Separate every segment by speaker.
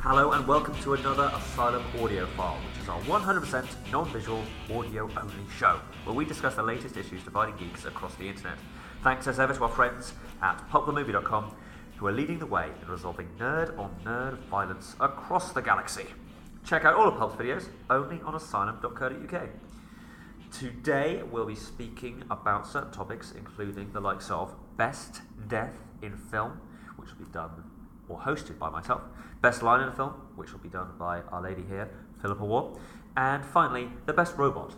Speaker 1: Hello and welcome to another Asylum Audio File, which is our 100% non visual, audio only show, where we discuss the latest issues dividing geeks across the internet. Thanks as ever to our friends at popthemovie.com, who are leading the way in resolving nerd on nerd violence across the galaxy. Check out all of Pulp's videos only on asylum.co.uk. Today we'll be speaking about certain topics, including the likes of best death in film, which will be done or hosted by myself, best line in a film, which will be done by our lady here, Philippa War, and finally the best robot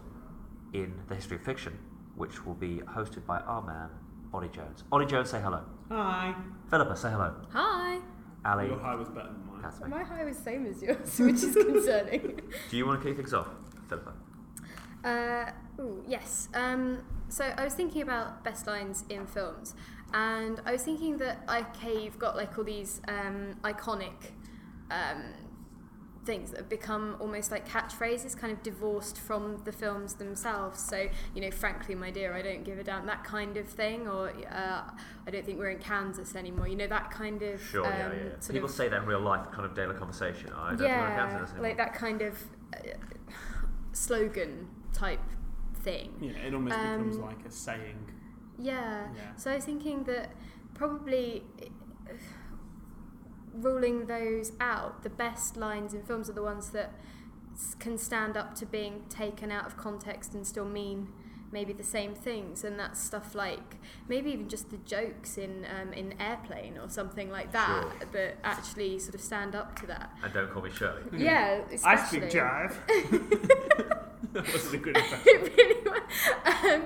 Speaker 1: in the history of fiction, which will be hosted by our man Ollie Jones. Ollie Jones, say hello.
Speaker 2: Hi.
Speaker 1: Philippa, say hello.
Speaker 3: Hi.
Speaker 1: Ali,
Speaker 2: Your high was better than mine.
Speaker 1: that's me.
Speaker 3: My high was same as yours, which is concerning.
Speaker 1: Do you want to kick things off, Philippa?
Speaker 3: uh, ooh, yes. Um, so I was thinking about best lines in films, and I was thinking that okay, you've got like all these um, iconic um, things that have become almost like catchphrases, kind of divorced from the films themselves. So, you know, frankly, my dear, I don't give a damn, that kind of thing, or uh, I don't think we're in Kansas anymore. You know, that kind of
Speaker 1: Sure,
Speaker 3: um,
Speaker 1: yeah, yeah. yeah.
Speaker 3: sort
Speaker 1: People
Speaker 3: of,
Speaker 1: say that in real life, kind of daily conversation. I don't think I
Speaker 3: yeah,
Speaker 1: can say this
Speaker 3: like that kind of uh, slogan type thing.
Speaker 2: Yeah, it almost
Speaker 3: Um, uh,
Speaker 2: becomes like a saying.
Speaker 3: Yeah.
Speaker 2: Yeah.
Speaker 3: So I was thinking that probably uh, ruling those out, the best lines in films are the ones that s- can stand up to being taken out of context and still mean maybe the same things and that's stuff like maybe even just the jokes in um, in airplane or something like that
Speaker 1: Sure.
Speaker 3: that actually sort of stand up to that
Speaker 1: And don't call me Shirley.
Speaker 3: yeah
Speaker 2: I speak
Speaker 3: especially.
Speaker 2: jive. that wasn't a good impression.
Speaker 3: it really was. Um,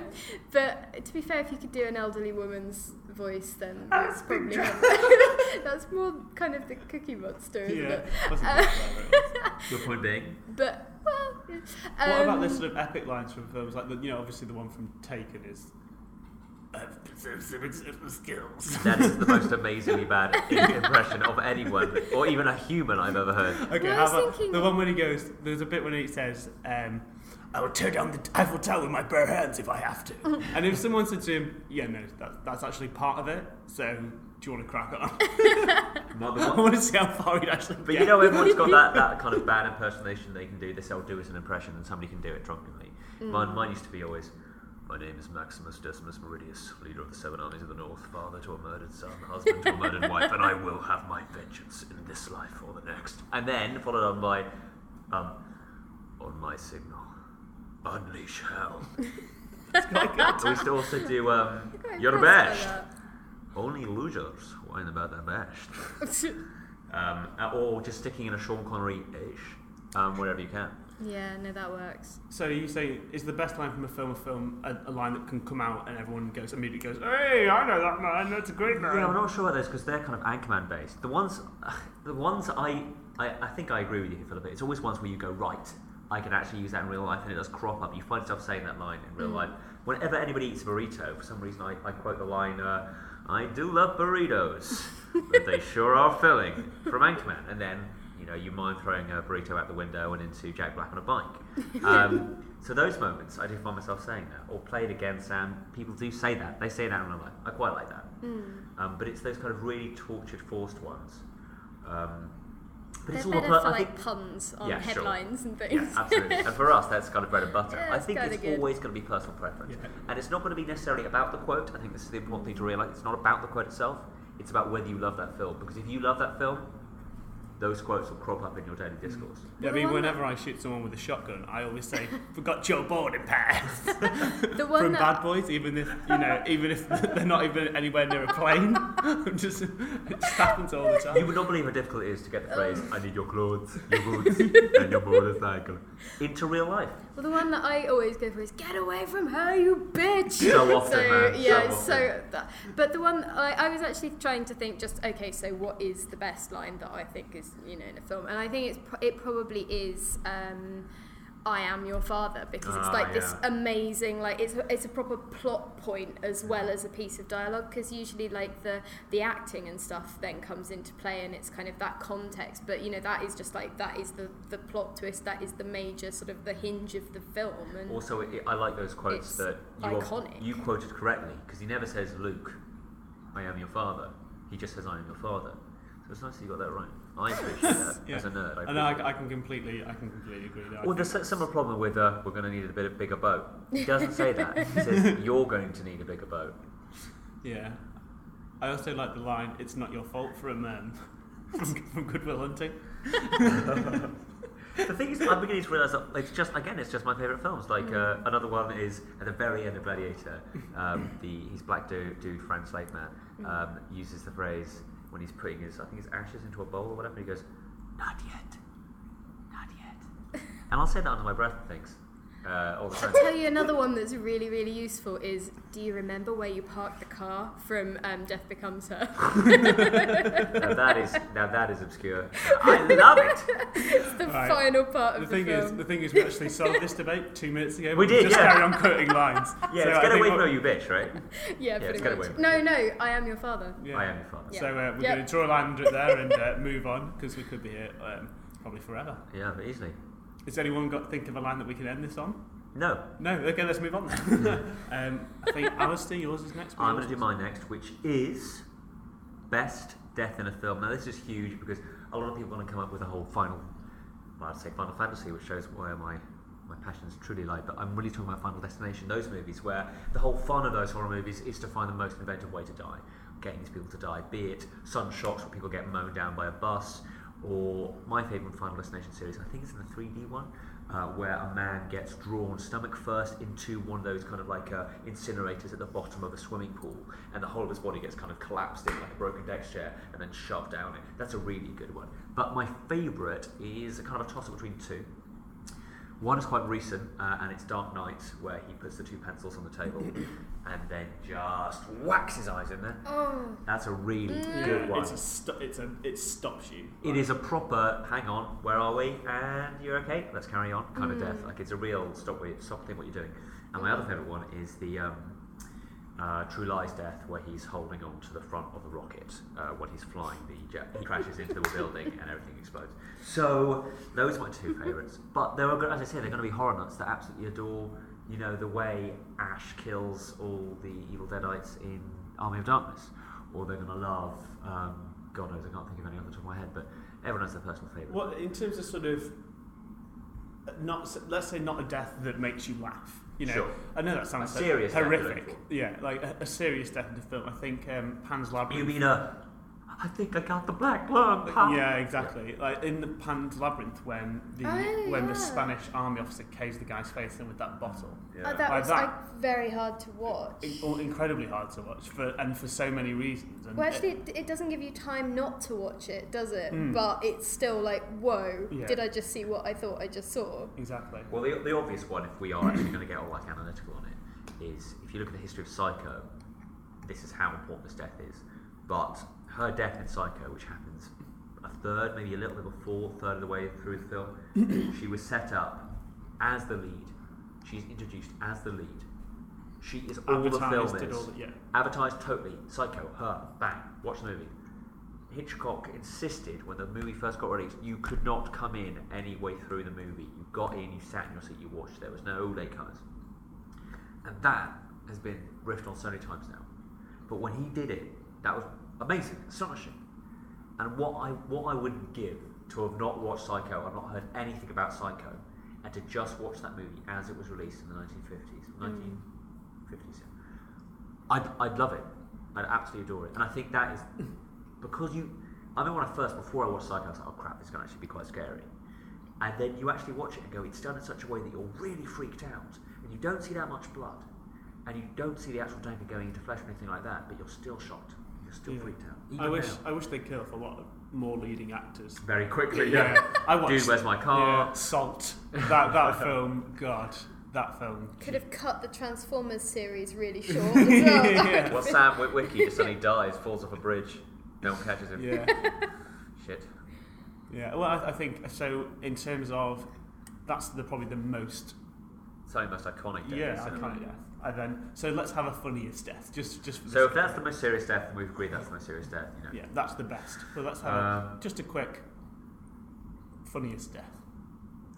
Speaker 3: but to be fair, if you could do an elderly woman's voice, then that's probably that's more kind of the Cookie Monster, isn't
Speaker 2: Yeah,
Speaker 3: it?
Speaker 2: wasn't
Speaker 3: Uh,
Speaker 2: a good impression.
Speaker 1: Your point being?
Speaker 3: But well, um,
Speaker 2: What about the sort of epic lines from films? Like, the, you know, obviously the one from Taken is. "I've possessed the invincible skills."
Speaker 1: That is the most amazingly bad i- impression of anyone, or even a human I've ever heard.
Speaker 2: Okay,
Speaker 3: Well, I
Speaker 2: how
Speaker 3: was
Speaker 2: about
Speaker 3: thinking-
Speaker 2: the one when he goes? There's a bit when he says, um, "I will tear down the Eiffel Tower with my bare hands if I have to." and if someone said to him, "Yeah, no, that, that's actually part of it," so do you want to crack on?
Speaker 1: Not the
Speaker 2: I
Speaker 1: one-
Speaker 2: want to see how far he'd actually.
Speaker 1: But
Speaker 2: get.
Speaker 1: you know, everyone's got that, that kind of bad impersonation they can do. They say, I'll do it as an impression, and somebody can do it drunkenly. Mine, mine used to be always, My name is Maximus Decimus Meridius, leader of the seven armies of the north, father to a murdered son, husband to a murdered wife, and I will have my vengeance in this life or the next. And then followed on by, um, On my signal, unleash hell. we used to also do, um,
Speaker 3: I'm quite
Speaker 1: You're the
Speaker 3: impressed
Speaker 1: best.
Speaker 3: by
Speaker 1: Only losers whine about their best.
Speaker 3: that.
Speaker 1: Um, or just sticking in a Sean Connery ish, um, wherever you can.
Speaker 3: yeah, no, that works.
Speaker 2: So you say is the best line from a film a film a, a line that can come out and everyone goes immediately goes, "Hey, I know that man. That's a great man."
Speaker 1: Yeah, I'm not sure about those because they're kind of Anchorman based. The ones, the ones I, I, I think I agree with you, Philip. It's always ones where you go right. I can actually use that in real life, and it does crop up. You find yourself saying that line in real
Speaker 2: Mm.
Speaker 1: life. Whenever anybody eats a burrito, for some reason I, I quote the line, uh, "I do love burritos, but they sure are filling," from Anchorman. And then you know you mind throwing a burrito out the window and into Jack Black on a bike. Um, so those moments, I do find myself saying that, or play it again, Sam. People do say that. They say that in real life. I quite like that. Um, but it's those kind of really tortured, forced ones. Um, but it's
Speaker 3: They're
Speaker 1: all a
Speaker 3: better
Speaker 1: per-
Speaker 3: for
Speaker 1: I think,
Speaker 3: like puns on
Speaker 1: Yeah, sure.
Speaker 3: headlines and
Speaker 1: yeah,
Speaker 3: things.
Speaker 1: absolutely. and for us, that's kind of bread and butter.
Speaker 3: Yeah,
Speaker 1: I
Speaker 3: it's
Speaker 1: think
Speaker 3: kinda
Speaker 1: it's
Speaker 3: good.
Speaker 1: always going to be personal preference,
Speaker 2: Yeah.
Speaker 1: and it's not going to be necessarily about the quote. I think this is the important thing to realise. It's not about the quote itself. It's about whether you love that film. Because if you love that film, those quotes will crop up in your
Speaker 3: Mm.
Speaker 1: daily discourse.
Speaker 2: Yeah, I mean, whenever I shoot someone with a shotgun, I always say, "Forgot your boarding pass."
Speaker 3: the one
Speaker 2: From
Speaker 3: that
Speaker 2: Bad Boys, even if you know, even if they're not even anywhere near a plane, I'm just it just happens all the
Speaker 1: You
Speaker 2: time.
Speaker 1: would not believe how difficult it is to get the phrase
Speaker 3: Oh.
Speaker 1: "I need your clothes, your boots, and your motorcycle" into real life.
Speaker 3: Well, the one that I always go for is "Get away from her, you bitch."
Speaker 1: So often, man, so
Speaker 3: yeah,
Speaker 1: often.
Speaker 3: that, but the one I, I was actually trying to think just okay, so what is the best line that I think is you know in a film, and I think it's pro- it probably is. Um, I am your father because it's
Speaker 1: Ah,
Speaker 3: like this
Speaker 1: yeah.
Speaker 3: amazing like it's a, it's a proper plot point as well as a piece of dialogue because usually like the the acting and stuff then comes into play and it's kind of that context but you know that is just like that is the the plot twist that is the major sort of the hinge of the film and
Speaker 1: Also, it, I like those quotes
Speaker 3: It's
Speaker 1: that you, are-
Speaker 3: iconic.
Speaker 1: you quoted correctly because he never says, "Luke, I am your father." He just says, "I am your father." So it's nice that you got that right. I appreciate that
Speaker 2: Yeah.
Speaker 1: as a nerd. I
Speaker 2: And I,
Speaker 1: appreciate
Speaker 2: I can completely, I can completely agree. That I
Speaker 1: Well,
Speaker 2: think
Speaker 1: there's a similar problem with uh, we're going to need a bit of bigger boat. He doesn't say that. He says you're going to need a bigger boat.
Speaker 2: Yeah. I also like the line, it's not your fault from um, from, from Goodwill Hunting.
Speaker 1: The thing is, I'm beginning to realise that it's just again, it's just my favourite films. Like uh, another one is at the very end of Gladiator, um, the his black dude, dude Frank Slade man, um, uses the phrase when he's putting his I think his ashes into a bowl or whatever. And he goes, "Not yet, not yet," and I'll say that under my breath and things uh, all the
Speaker 3: I'll
Speaker 1: time.
Speaker 3: tell you another one that's really, really useful is do you remember where you parked the car from um, Death Becomes Her?
Speaker 1: now that is now that is obscure. I love it.
Speaker 3: it's the
Speaker 2: Right.
Speaker 3: final part of
Speaker 2: The
Speaker 3: the,
Speaker 2: thing
Speaker 3: film.
Speaker 2: is, the thing is, we actually solved this debate two minutes ago.
Speaker 1: We
Speaker 2: but
Speaker 1: did,
Speaker 2: Just
Speaker 1: yeah.
Speaker 2: carry on quoting lines.
Speaker 1: Yeah,
Speaker 2: So
Speaker 1: it's get
Speaker 2: I think
Speaker 1: away
Speaker 2: what-
Speaker 1: from you, bitch, right?
Speaker 3: yeah,
Speaker 1: it's
Speaker 3: pretty
Speaker 1: gotta
Speaker 3: much.
Speaker 1: win.
Speaker 3: No, no, I am your father.
Speaker 2: Yeah.
Speaker 1: I am your father.
Speaker 2: So uh, we're
Speaker 3: Yeah.
Speaker 2: going to draw a line under it there and uh, move on because we could be here um, probably forever.
Speaker 1: Yeah, but easily.
Speaker 2: Has anyone got think of a line that we can end this on?
Speaker 1: No,
Speaker 2: No. Okay, let's move on. Then. um, I think Alistair, yours is next.
Speaker 1: I'm going to do mine next, which is best death in a film. Now, this is huge because a lot of people want to come up with a whole final, well, I'd say Final Fantasy, which shows where my my passions truly lie. But I'm really talking about Final Destination, those movies where the whole fun of those horror movies is to find the most inventive way to die, getting these people to die. Be it sun shocks where people get mown down by a bus, or my favourite Final Destination series, I think it's in the 3D one, uh, where a man gets drawn stomach first into one of those kind of like uh, incinerators at the bottom of a swimming pool, and the whole of his body gets kind of collapsed in like a broken deck chair and then shoved down it. That's a really good one. But my favourite is a kind of a toss up between two. One is quite recent, uh, and it's Dark Knight, where he puts the two pencils on the table and then just whacks his eyes in there.
Speaker 3: Oh,
Speaker 1: That's a really
Speaker 2: Yeah,
Speaker 1: good one.
Speaker 2: Mm. It's a sto- it's a it stops you.
Speaker 1: It is a proper hang on, where are we? And you're okay, let's carry on kind of death. Like it's a real stop what you stop think what you're doing. And my other favourite one is the um, uh, True Lies death where he's holding on to the front of the rocket uh, when he's flying the jet. He crashes into the building and everything explodes. So those are my two favourites. But there are, go- as I say, they're going to be horror nuts that absolutely adore. You know the way Ash kills all the Evil Deadites in Army of Darkness, or they're going to love. Um, God knows, I can't think of any off the top of my head, but everyone has their personal favourite.
Speaker 2: What in terms of sort of not let's say not a death that makes you laugh. You know,
Speaker 1: Sure.
Speaker 2: I know that sounds
Speaker 1: A serious death you're
Speaker 2: horrific.
Speaker 1: looking
Speaker 2: yeah, like a, a serious death in the film. I think um, Pan's
Speaker 1: You
Speaker 2: Labyrinth.
Speaker 1: mean uh, I think I got the black lung. huh?
Speaker 2: yeah, exactly. Like in the Pan's Labyrinth, when the
Speaker 3: Oh,
Speaker 2: when
Speaker 3: yeah.
Speaker 2: the Spanish army officer caves the guy's face in with that bottle.
Speaker 1: Yeah.
Speaker 3: oh, that
Speaker 2: Like
Speaker 3: was
Speaker 2: that.
Speaker 3: like very hard to watch.
Speaker 2: In- all incredibly hard to watch for and for so many reasons. And
Speaker 3: Well,
Speaker 2: it- Hmm.
Speaker 3: actually, it, it doesn't give you time not to watch it, does it? But it's still like, whoa,
Speaker 2: Yeah.
Speaker 3: did I just see what I thought I just saw?
Speaker 2: exactly.
Speaker 1: Well, the, the obvious one, if we are actually going to get all like analytical on it, is if you look at the history of Psycho, this is how important this death is. But her death in Psycho, which happens a third, maybe a little bit before, third of the way through the film, she was set up as the lead. She's introduced as the lead. She is all the
Speaker 2: Advertised
Speaker 1: film
Speaker 2: did
Speaker 1: is.
Speaker 2: all the- yeah.
Speaker 1: Advertised totally. Psycho, her, bang, watch the movie. Hitchcock insisted when the movie first got released, you could not come in any way through the movie. You got in, you sat in your seat, you watched. There was no latecomers. And that has been riffed on so many times now. But when he did it, that was amazing, astonishing. And what I what I would give to have not watched Psycho, I've not heard anything about Psycho, and to just watch that movie as it was released in the 1950s, 1950s. I'd, I'd love it. I'd absolutely adore it. And I think that is because you. I remember when I first, before I watched Psycho, I was like, oh crap, this is going to actually be quite scary. And then you actually watch it and go, it's done in such a way that you're really freaked out. And you don't see that much blood. And you don't see the actual damage going into flesh or anything like that, but you're still shocked. You're still
Speaker 2: Yeah.
Speaker 1: freaked out.
Speaker 2: I
Speaker 1: Even
Speaker 2: wish
Speaker 1: now.
Speaker 2: I wish they'd kill off a lot of more leading actors.
Speaker 1: Very quickly, yeah.
Speaker 2: I watched.
Speaker 1: Dude, where's my car?
Speaker 2: Yeah, Salt. That that film. God, that film.
Speaker 3: Could have cut the Transformers series really short as well.
Speaker 2: Yeah.
Speaker 1: Well, Sam Witwicky just suddenly dies, falls off a bridge. No one catches him.
Speaker 2: Yeah,
Speaker 1: Shit.
Speaker 2: yeah. Well, I, I think so. In terms of, that's the probably the most.
Speaker 1: Something most iconic. death in
Speaker 2: Yeah,
Speaker 1: cinema.
Speaker 2: iconic death. And then so let's have a funniest death. Just just. For
Speaker 1: So
Speaker 2: the
Speaker 1: if that's the most serious death, then we've agreed that's the most serious death. You know.
Speaker 2: yeah, that's the best. So let's have a,
Speaker 1: Um,
Speaker 2: just a quick funniest death.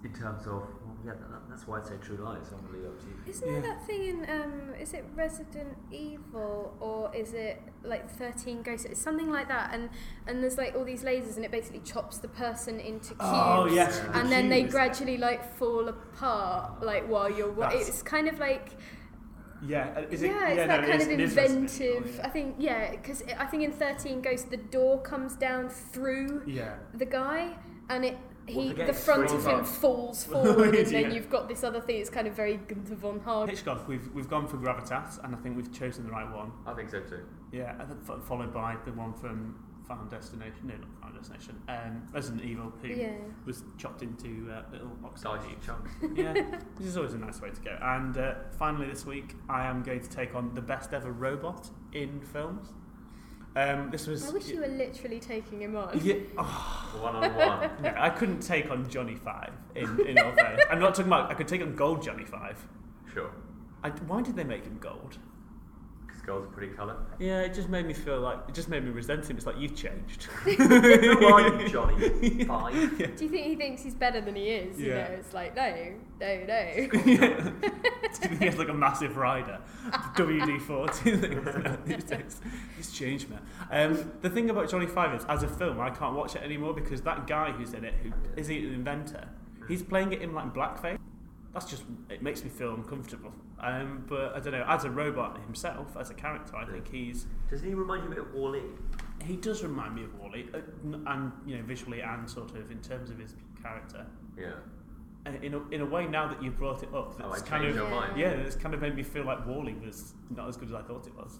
Speaker 1: In terms of yeah, that, that- that's why I'd say True Lies. I'm gonna leave it up to you.
Speaker 3: Isn't there
Speaker 2: Yeah.
Speaker 3: that thing in um is it Resident Evil or is it like 13 Ghosts it's something like that and and there's like all these lasers and it basically chops the person into cubes
Speaker 2: Oh, yes. the
Speaker 3: and then they
Speaker 2: cubes.
Speaker 3: gradually like fall apart like while you're wa-
Speaker 2: That's-
Speaker 3: it's kind of like
Speaker 2: Yeah, uh, is it,
Speaker 3: yeah, it's
Speaker 2: no,
Speaker 3: that
Speaker 2: it
Speaker 3: kind
Speaker 2: is-
Speaker 3: of
Speaker 2: it is Resident
Speaker 3: inventive
Speaker 2: Evil,
Speaker 3: I think yeah because I think in 13 Ghosts the door comes down through
Speaker 2: Oh, Yeah.
Speaker 3: the guy and it
Speaker 1: Well,
Speaker 3: he,
Speaker 1: the
Speaker 3: the
Speaker 1: gate's
Speaker 3: front
Speaker 1: straight
Speaker 3: of him
Speaker 2: up.
Speaker 3: falls forward and then
Speaker 2: Yeah.
Speaker 3: you've got this other thing it's kind of very Gunther von
Speaker 2: yeah.
Speaker 3: Hard
Speaker 2: Hitchcock, we've, we've gone for Gravitas, and I think we've chosen the right one.
Speaker 1: I think so too.
Speaker 2: Yeah, and then fo- followed by the one from Final Destination, no, not Final Destination, um, Resident Evil, who
Speaker 3: yeah
Speaker 2: was chopped into uh, little box
Speaker 1: Dicey chunks.
Speaker 2: yeah, this is always a nice way to go. And uh, finally, this week, I am going to take on the best ever robot in films. Um, this was.
Speaker 3: I wish you were literally taking him on.
Speaker 2: Yeah, oh,
Speaker 1: One on one.
Speaker 2: no, I couldn't take on Johnny Five in, in all fairness. I'm not talking about. I could take on Gold Johnny Five.
Speaker 1: Sure.
Speaker 2: I, why did they make him gold?
Speaker 1: Because gold's a pretty colour.
Speaker 2: Yeah, it just made me feel like it just made me resent him. It's like you've changed.
Speaker 1: Who are you, Johnny? Five.
Speaker 3: Do you think he thinks he's better than he is? You
Speaker 2: Yeah.
Speaker 3: know, it's like no, no, no.
Speaker 2: Yeah. he has like a massive rider, WD forty. These days, he's changed, man. Um, the thing about Johnny Five is, as a film, I can't watch it anymore because that guy who's in it, who is he an inventor? He's playing it in like blackface. That's just it makes me feel uncomfortable. Um, but I don't know. As a robot himself, as a character, I think he's
Speaker 1: Does he remind you a bit of Wally?
Speaker 2: he does remind me of Wally, uh, n- and you know visually and sort of in terms of his character.
Speaker 1: Yeah.
Speaker 2: Uh, In a, in a way, now that you brought it up,
Speaker 1: Oh, I
Speaker 2: that's
Speaker 1: changed
Speaker 2: kind of
Speaker 1: your
Speaker 3: Yeah.
Speaker 1: mind.
Speaker 2: yeah, it's kind of made me feel like Wally was not as good as I thought it was.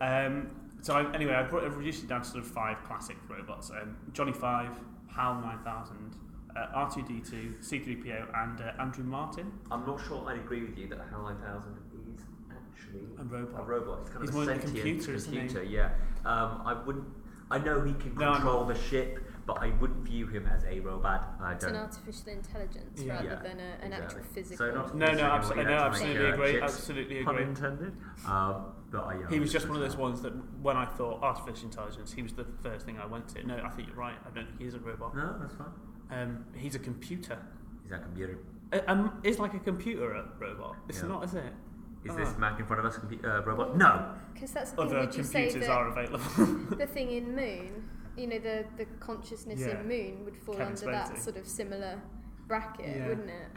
Speaker 2: um, so I, anyway, I, brought, I reduced it down to sort of five classic robots: um, Johnny Five, HAL Nine Thousand, uh, R two D two, C three PO, and uh, Andrew Martin.
Speaker 1: I'm not sure I'd agree with you that HAL 9000 is actually
Speaker 2: A robot.
Speaker 1: A robot. It's kind
Speaker 2: He's
Speaker 1: of
Speaker 2: more
Speaker 1: a
Speaker 2: than a
Speaker 1: sentient
Speaker 2: computer, isn't he?
Speaker 1: yeah. Um, I wouldn't. I know he can
Speaker 2: No, I'm
Speaker 1: control the ship, but I wouldn't view him as a robot. I
Speaker 3: It's an
Speaker 1: don't.
Speaker 3: artificial intelligence
Speaker 2: Yeah.
Speaker 3: rather
Speaker 1: Yeah,
Speaker 3: than a, an
Speaker 1: exactly.
Speaker 3: actual
Speaker 1: So
Speaker 3: physical.
Speaker 1: not-
Speaker 2: No,
Speaker 1: Yes,
Speaker 2: no,
Speaker 1: I know,
Speaker 2: absolutely,
Speaker 1: we
Speaker 2: no,
Speaker 1: had to make,
Speaker 2: absolutely
Speaker 1: uh,
Speaker 2: agree.
Speaker 1: chips.
Speaker 2: Absolutely
Speaker 1: Pun
Speaker 2: agree.
Speaker 1: intended. Um, but I, yeah,
Speaker 2: He was
Speaker 1: I
Speaker 2: just one of those
Speaker 1: don't-
Speaker 2: ones that when I thought artificial intelligence, he was the first thing I went to. No, I think you're right. I don't think he is a robot.
Speaker 1: No, that's fine.
Speaker 2: Um, he's a computer.
Speaker 1: He's that computer.
Speaker 2: Uh, um, is like a computer a robot. It's
Speaker 1: Yeah.
Speaker 2: not, is it?
Speaker 1: Is
Speaker 2: Ah.
Speaker 1: this Mac in front of us a compu- uh, robot? No.
Speaker 3: Because that's the thing.
Speaker 2: Other
Speaker 3: Would you say
Speaker 2: computers
Speaker 3: that
Speaker 2: are available.
Speaker 3: the thing in Moon, you know, the the consciousness
Speaker 2: Yeah.
Speaker 3: in Moon would fall
Speaker 2: Kevin
Speaker 3: under that
Speaker 2: Spacey.
Speaker 3: sort of similar bracket,
Speaker 2: Yeah.
Speaker 3: wouldn't it?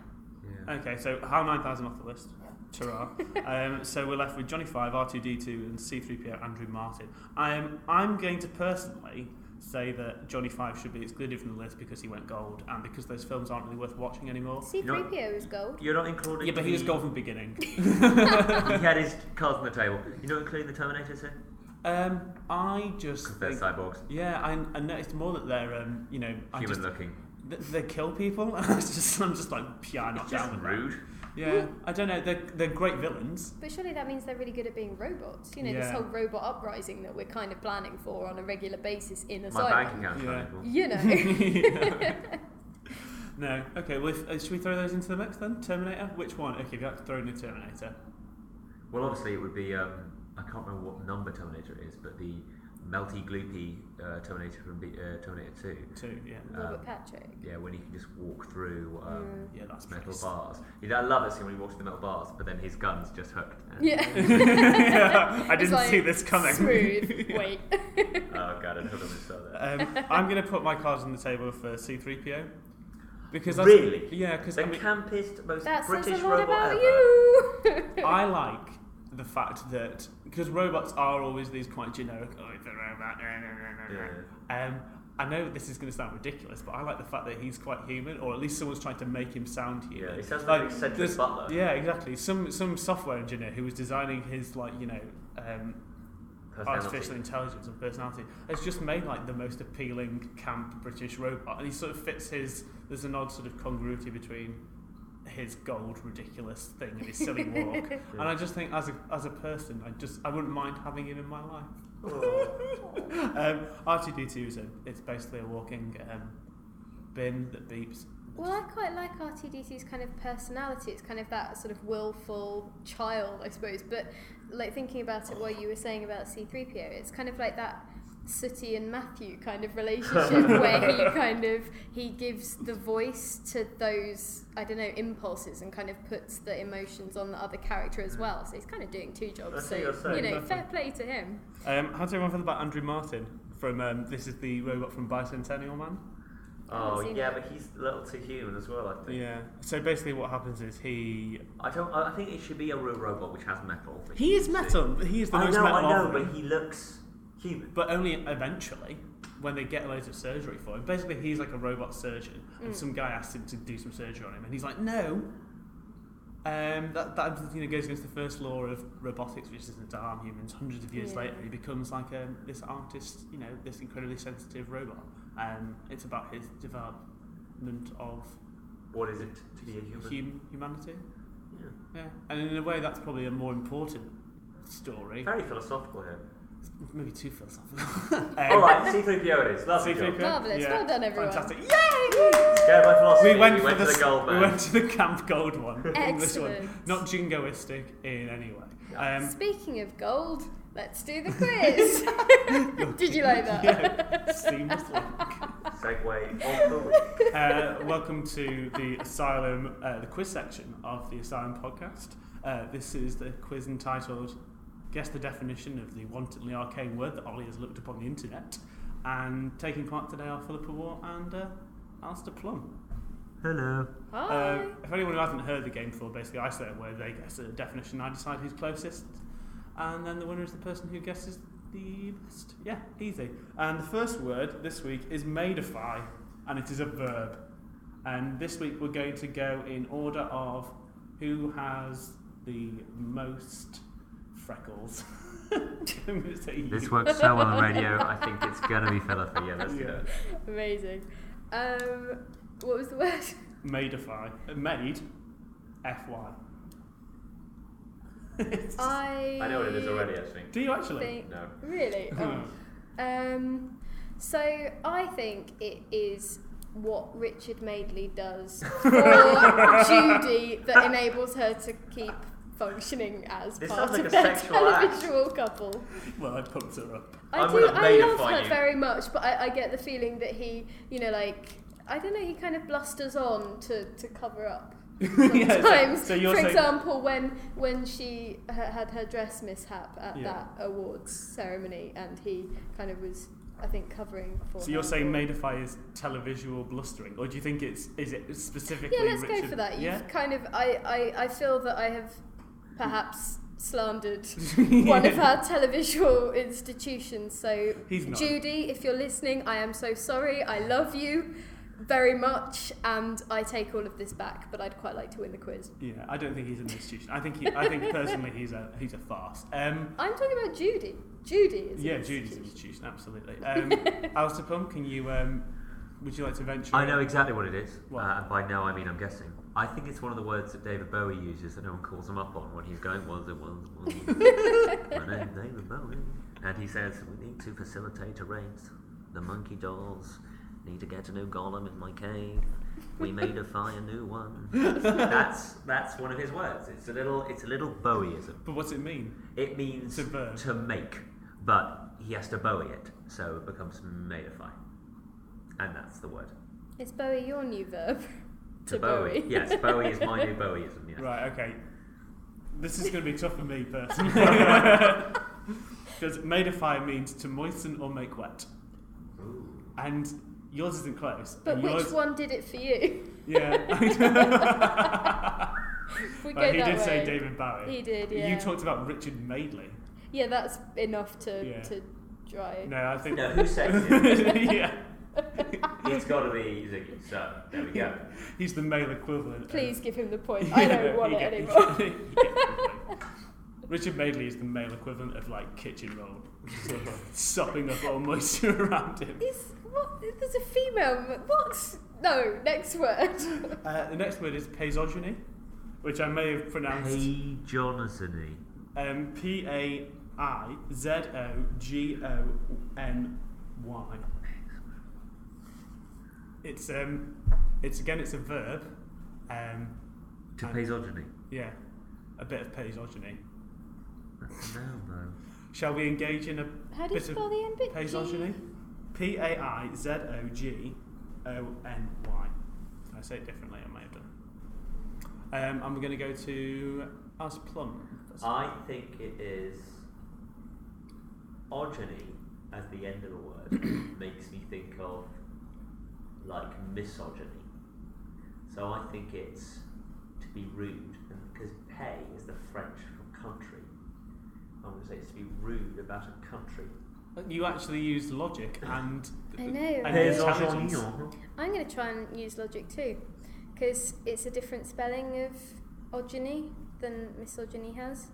Speaker 1: Yeah.
Speaker 2: Okay, so HAL 9000 off the list. Hurrah. um, so we're left with Johnny 5, R2D2, and C3PO Andrew Martin. I'm, I'm going to personally say that Johnny 5 should be excluded from the list because he went gold and because those films aren't really worth watching anymore.
Speaker 3: C three PO is gold.
Speaker 1: You're not including.
Speaker 2: Yeah, but he was
Speaker 1: the-
Speaker 2: gold from the beginning.
Speaker 1: he had his cards on the table. You're not including the Terminators here?
Speaker 2: Um, I just.
Speaker 1: Because they're
Speaker 2: Think,
Speaker 1: cyborgs.
Speaker 2: yeah, I, I noticed more that they're, um, you know, I
Speaker 1: Human
Speaker 2: just,
Speaker 1: looking.
Speaker 2: th- they kill people. I'm just, I'm just like, yeah, I'm not
Speaker 1: It's
Speaker 2: down
Speaker 1: just
Speaker 2: with that.
Speaker 1: rude.
Speaker 2: Yeah, I don't know. They're, they're great villains.
Speaker 3: But surely that means they're really good at being robots. You know, this
Speaker 2: Yeah.
Speaker 3: whole robot uprising that we're kind of planning for on a regular basis in
Speaker 1: My bank
Speaker 3: asylum.
Speaker 1: account
Speaker 2: Yeah.
Speaker 3: You know.
Speaker 2: no. Okay. Well, if, uh, should we throw those into the mix then? Terminator. Which one? Okay, we have to throw in the Terminator.
Speaker 1: Well, obviously it would be. Um, I can't remember what number Terminator it is, but the melty gloopy uh, Terminator from B- uh, Terminator Two.
Speaker 2: Two. Yeah.
Speaker 3: Robert
Speaker 1: Um,
Speaker 3: Patrick.
Speaker 1: Yeah, when he can just walk through um,
Speaker 2: Yeah, that's
Speaker 1: metal
Speaker 2: pretty-
Speaker 1: bars. You know, I love that scene when he walks through the metal bars, but then his gun's just hooked.
Speaker 3: Yeah.
Speaker 2: yeah, I
Speaker 3: It's
Speaker 2: didn't
Speaker 3: like,
Speaker 2: see this coming.
Speaker 3: Smooth. Wait.
Speaker 1: oh god, I don't know if I saw that.
Speaker 2: Um, I'm going to put my cards on the table for C3PO because that's,
Speaker 1: Really?
Speaker 2: yeah, because
Speaker 1: the
Speaker 2: I mean,
Speaker 1: campiest, most
Speaker 3: That
Speaker 1: British
Speaker 3: says a lot
Speaker 1: robot
Speaker 3: about
Speaker 1: ever.
Speaker 3: you.
Speaker 2: I like the fact that because robots are always these quite generic. Oh, it's a robot. nah, nah, nah, nah, nah." Um, I know this is going to sound ridiculous, but I like the fact that he's quite human, or at least someone's trying to make him sound human.
Speaker 1: Yeah, he sounds like an eccentric
Speaker 2: there's-
Speaker 1: butler.
Speaker 2: Yeah, exactly. Some some software engineer who was designing his like you know um,
Speaker 1: Personality.
Speaker 2: artificial intelligence and personality has just made like the most appealing camp British robot, and he sort of fits his. There's an odd sort of congruity between his gold ridiculous thing and his silly walk, and I just think as a as a person, I just I wouldn't mind having him in my life. um, R2D2 is a, it's basically a walking um, bin that beeps.
Speaker 3: Well, I quite like RTDC's kind of personality. It's kind of that sort of willful child, I suppose. But like thinking about it, what you were saying about C3PO, it's kind of like that Sooty and Matthew kind of relationship where he kind of he gives the voice to those I don't know impulses and kind of puts the emotions on the other character as well. So he's kind of doing two
Speaker 1: I
Speaker 3: jobs.
Speaker 1: see
Speaker 3: So
Speaker 1: what you're saying,
Speaker 3: you know,
Speaker 2: definitely.
Speaker 3: fair play to him.
Speaker 2: Um, how does everyone feel about Andrew Martin from um, This Is the Robot from Bicentennial Man?
Speaker 1: Oh
Speaker 3: I've seen
Speaker 1: yeah,
Speaker 3: it.
Speaker 1: but he's a little too human as well. I think.
Speaker 2: Yeah. So basically, what happens is he
Speaker 1: I don't. I I think it should be a real robot which has metal. which
Speaker 2: he
Speaker 1: you
Speaker 2: is
Speaker 1: can see.
Speaker 2: metal. He is the
Speaker 1: I
Speaker 2: most
Speaker 1: know,
Speaker 2: metal.
Speaker 1: I know,
Speaker 2: of them.
Speaker 1: but he looks human.
Speaker 2: but only eventually when they get loads of surgery for him. Basically, he's like a robot surgeon,
Speaker 3: Mm.
Speaker 2: and some guy asks him to do some surgery on him, and he's like, "No." Um, that that you know goes against the first law of robotics, which isn't to harm humans. Hundreds of years
Speaker 3: Yeah.
Speaker 2: later, he becomes like um, this artist, you know, this incredibly sensitive robot. Um, it's about his development of
Speaker 1: What is it to be a human?
Speaker 2: hum- humanity.
Speaker 1: Yeah.
Speaker 2: Yeah, and in a way, that's probably a more important story.
Speaker 1: Very philosophical here.
Speaker 2: Maybe too philosophical. Um,
Speaker 1: All right, C-3PO it is. That's a job.
Speaker 2: C-3PO.
Speaker 3: Marvellous.
Speaker 2: Yeah.
Speaker 3: Well done, everyone.
Speaker 2: Fantastic.
Speaker 1: Scared by philosophy.
Speaker 2: We went, for
Speaker 1: to
Speaker 2: the,
Speaker 1: the, gold
Speaker 2: we
Speaker 1: man.
Speaker 2: went to the Camp Gold one, the English one,
Speaker 3: Excellent.
Speaker 2: not jingoistic in any way. Um,
Speaker 3: Speaking of gold, let's do the quiz. Did you like that?
Speaker 2: yeah, seamless link.
Speaker 1: Segway on the week.
Speaker 2: Uh, welcome to the Asylum, uh, the quiz section of the Asylum podcast. Uh, this is the quiz entitled "Guess the definition of the wantonly arcane word that Ollie has looked up on the internet." And taking part today are Philippa War and uh, Alistair Plum.
Speaker 1: Hello.
Speaker 3: Hi.
Speaker 1: Um,
Speaker 2: Uh, if anyone who hasn't heard the game before, basically I say a word, they guess a definition, I decide who's closest, and then the winner is the person who guesses the best. Yeah, easy. And the first word this week is maidify, and it is a verb. And this week we're going to go in order of who has the most freckles. I'm gonna say you.
Speaker 1: This works so well on the radio. I think it's gonna be Philippa. Yeah, let's do
Speaker 2: Yeah.
Speaker 1: it.
Speaker 3: Amazing. Um, what was the word?
Speaker 2: Maidify. Uh, Maid. F-Y. It's-
Speaker 3: I.
Speaker 1: I know what it is already. Actually,
Speaker 2: Do you actually?
Speaker 3: Think,
Speaker 1: no.
Speaker 3: Really? Oh. Um, so I think it is what Richard Madeley does for Judy that enables her to keep functioning as
Speaker 1: This
Speaker 3: part
Speaker 1: sounds like
Speaker 3: of
Speaker 1: a
Speaker 3: their
Speaker 1: sexual act.
Speaker 3: televisual couple.
Speaker 2: Well, I pumped her up.
Speaker 3: I
Speaker 1: I'm
Speaker 3: do.
Speaker 1: gonna
Speaker 3: I love
Speaker 1: maidify
Speaker 3: her
Speaker 1: you.
Speaker 3: very much, but I, I get the feeling that he, you know, like I don't know, he kind of blusters on to, to cover up.
Speaker 2: Yeah, so-
Speaker 3: Sometimes,
Speaker 2: so you're
Speaker 3: for
Speaker 2: saying-
Speaker 3: example, when when she ha- had her dress mishap at
Speaker 2: Yeah.
Speaker 3: that awards ceremony, and he kind of was, I think, covering for.
Speaker 2: So you're
Speaker 3: her.
Speaker 2: saying Maidify is televisual blustering, or do you think it's is it specifically?
Speaker 3: Yeah, let's
Speaker 2: Richard?
Speaker 3: go for that. You've
Speaker 2: Yeah.
Speaker 3: kind of, I, I, I feel that I have perhaps slandered one of our televisual institutions. So
Speaker 2: He's not.
Speaker 3: Judy, if you're listening, I am so sorry. I love you very much, and I take all of this back. But I'd quite like to win the quiz.
Speaker 2: Yeah, I don't think he's an institution. I think he, I think personally he's a he's a farce. Um,
Speaker 3: I'm talking about Judy. Judy is. an
Speaker 2: yeah, Judy's an institution,
Speaker 3: institution.
Speaker 2: absolutely. Um, Alistair Plum, can you? Um, would you like to venture?
Speaker 1: I know exactly what it is. Uh,
Speaker 2: What?
Speaker 1: and by know, I mean I'm guessing. I think it's one of the words that David Bowie uses that no one calls him up on when he's going, was it, was it, was it? My name, David Bowie. And he says, we need to facilitate a race. The monkey dolls need to get a new golem in my cave. We made a fire new one. that's that's one of his words. It's a little it's a little Bowieism.
Speaker 2: But what's it mean?
Speaker 1: It means
Speaker 2: It's a verb.
Speaker 1: to make, but he has to Bowie it, so it becomes madeify. And that's the word.
Speaker 3: Is Bowie your new verb?
Speaker 1: To Bowie. yes, Bowie is my new Bowieism. Yes.
Speaker 2: Right. Okay. This is going to be tough for me personally. Because Maidify means to moisten or make wet,
Speaker 1: Ooh.
Speaker 2: and yours isn't close.
Speaker 3: But
Speaker 2: and
Speaker 3: which
Speaker 2: yours,
Speaker 3: one did it for you?
Speaker 2: Yeah.
Speaker 3: If we
Speaker 2: But
Speaker 3: go
Speaker 2: Uh, he
Speaker 3: that
Speaker 2: did
Speaker 3: way.
Speaker 2: say David Bowie.
Speaker 3: He did. Yeah.
Speaker 2: You talked about Richard Madeley.
Speaker 3: Yeah, that's enough to
Speaker 2: Yeah.
Speaker 3: to dry.
Speaker 2: No, I think.
Speaker 1: No, who said it?
Speaker 2: yeah,
Speaker 1: It's got to be Ziggy. So there we go.
Speaker 2: he's the male equivalent. of-
Speaker 3: Please give him the point. I
Speaker 2: Yeah,
Speaker 3: don't
Speaker 2: no,
Speaker 3: want
Speaker 2: you
Speaker 3: it
Speaker 2: get- you
Speaker 3: anymore.
Speaker 2: get- you get the point. Richard Madeley is the male equivalent of like kitchen roll, sort of sopping up all moisture around him.
Speaker 3: Is what? There's a female. What? No. Next word.
Speaker 2: Uh, the next word is paisogeny, which I may have pronounced
Speaker 1: Hey, Jonathan.
Speaker 2: Um, P A I Z O G O N Y. It's um, it's again, it's a verb. Um,
Speaker 1: To paisogeny.
Speaker 2: yeah, a bit of paisogeny.
Speaker 1: That's a noun,
Speaker 2: Shall we engage in a
Speaker 3: How do you
Speaker 2: bit of
Speaker 3: spell the end bit?
Speaker 2: paisogeny? P A I Z O G O N Y. Did I say it differently? I may have done. Um, I'm going to go to as plum. That's
Speaker 1: I think it is ogeny as the end of the word makes me think of like misogyny. So I think it's to be rude, and because pay is the French for country, I'm going to say it's to be rude about a country.
Speaker 2: You actually used logic and
Speaker 3: I know.
Speaker 2: And
Speaker 3: There's
Speaker 2: intelligence.
Speaker 3: I'm going to try and use logic too, because it's a different spelling of ogeny than misogyny has,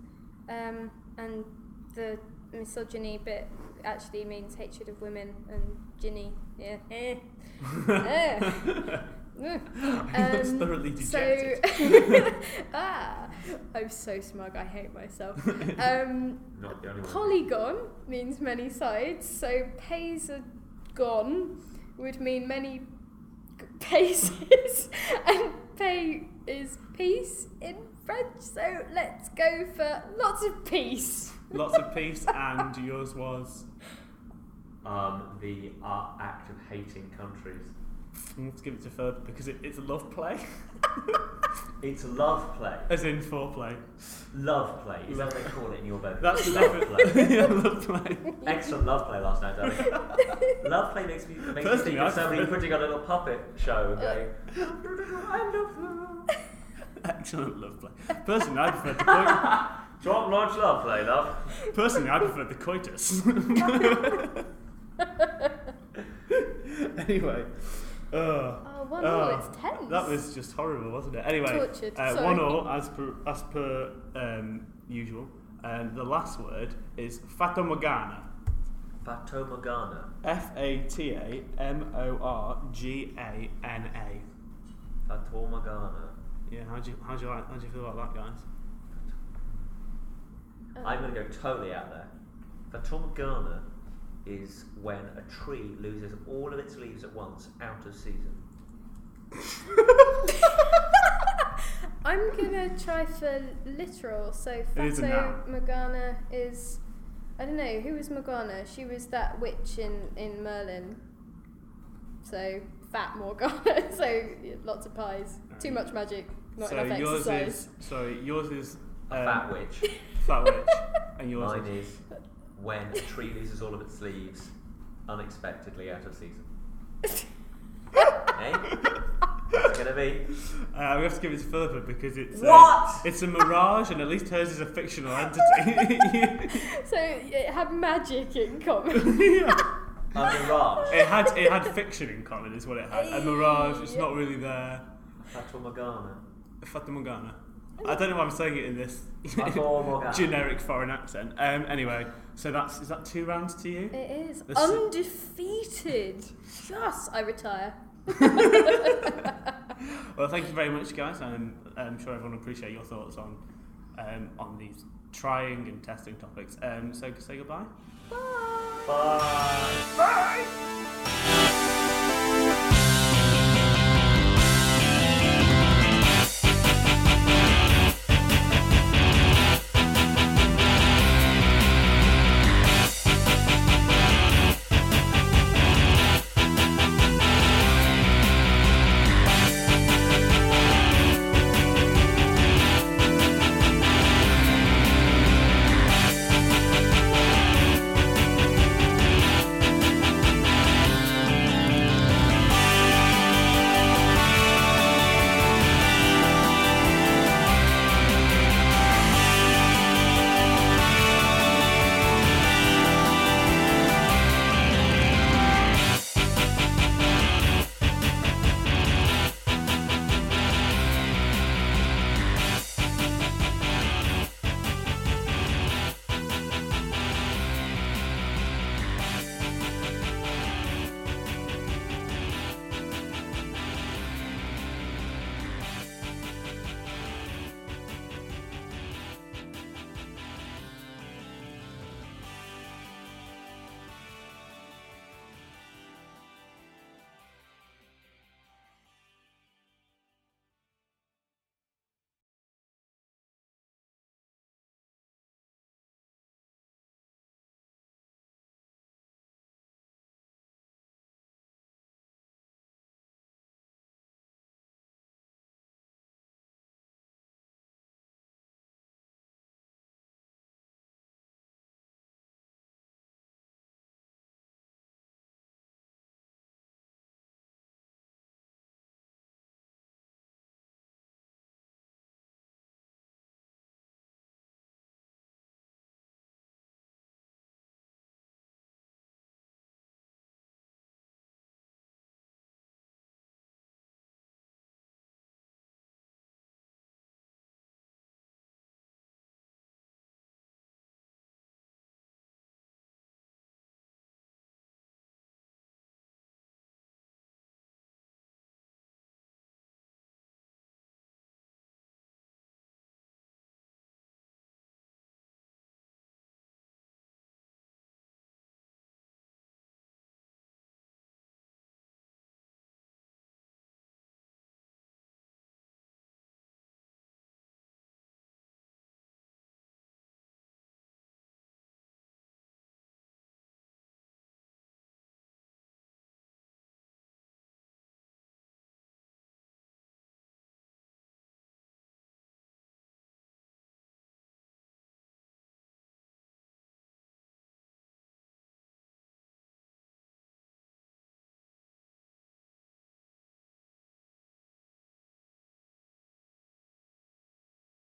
Speaker 3: um, and the misogyny bit actually means hatred of women and ginny. Yeah. Eh. Eh. Mm.
Speaker 2: That's
Speaker 3: Um,
Speaker 2: thoroughly
Speaker 3: so
Speaker 2: dejected.
Speaker 3: ah, I'm so smug. I hate myself. Um,
Speaker 1: Not the only one.
Speaker 3: Polygon means many sides, so paisagon would mean many g- paces, and pay is peace in French, so let's go for lots of peace.
Speaker 2: Lots of peace, and yours was.
Speaker 1: um, the uh, act of hating countries.
Speaker 2: Let's give it to Ferb because it, it's a love play,
Speaker 1: It's love play.
Speaker 2: as in foreplay.
Speaker 1: Love play. Is that what they call it in your bedroom?
Speaker 2: That's the
Speaker 1: love play.
Speaker 2: yeah, love play.
Speaker 1: Excellent love play last night, darling. love play makes me makes me
Speaker 2: Personally,
Speaker 1: think of
Speaker 2: I've-
Speaker 1: somebody putting on a little puppet show and going, I love love.
Speaker 2: Excellent love play. Personally, I prefer the coitus.
Speaker 1: Drop large love play, love.
Speaker 2: Personally, I prefer the coitus. anyway, ugh.
Speaker 3: Oh, one
Speaker 2: Oh,
Speaker 3: more, it's tense.
Speaker 2: that was just horrible, wasn't it? Anyway,
Speaker 3: Tortured,
Speaker 2: Uh,
Speaker 3: sorry.
Speaker 2: one all as per as per um, usual. And the last word is fatamorgana.
Speaker 1: Fata Morgana.
Speaker 2: F A T A M O R G A N A.
Speaker 1: Fata Morgana.
Speaker 2: Yeah, how do you how do you like how do you feel about that, guys?
Speaker 3: Uh,
Speaker 1: I'm going to go totally out there. Fata Morgana is when a tree loses all of its leaves at once out of season.
Speaker 3: I'm gonna try for literal. So
Speaker 2: It is a
Speaker 3: Fato
Speaker 2: noun.
Speaker 3: Morgana is, I don't know who was Morgana. She was that witch in in Merlin. So fat Morgana. so lots of pies. Too
Speaker 2: Alright.
Speaker 3: much magic. Not
Speaker 2: so
Speaker 3: enough
Speaker 2: yours
Speaker 3: exercise.
Speaker 2: is sorry, yours is
Speaker 1: A
Speaker 2: um,
Speaker 1: fat witch.
Speaker 2: fat witch, and yours
Speaker 1: Mine
Speaker 2: is
Speaker 1: is when a tree loses all of its leaves unexpectedly out of season. eh? What's it going to be?
Speaker 2: Uh, we have to give it to Philippa because it's
Speaker 1: What?
Speaker 2: A, it's a mirage, and at least hers is a fictional entity.
Speaker 3: So it had magic in common.
Speaker 2: Yeah.
Speaker 1: A mirage.
Speaker 2: It had it had fiction in common, is what it had. A mirage. It's not really there.
Speaker 1: Fata Morgana.
Speaker 2: Fata Morgana. I don't know why I'm saying it in this
Speaker 1: Fata Morgana.
Speaker 2: generic foreign accent. Um, anyway, so that's is that two rounds to you?
Speaker 3: it is
Speaker 2: The s-
Speaker 3: undefeated. Yes, I retire.
Speaker 2: Well, thank you very much, guys. I'm, I'm sure everyone will appreciate your thoughts on um, on these trying and testing topics. Um, so say goodbye.
Speaker 3: Bye.
Speaker 1: Bye. Bye.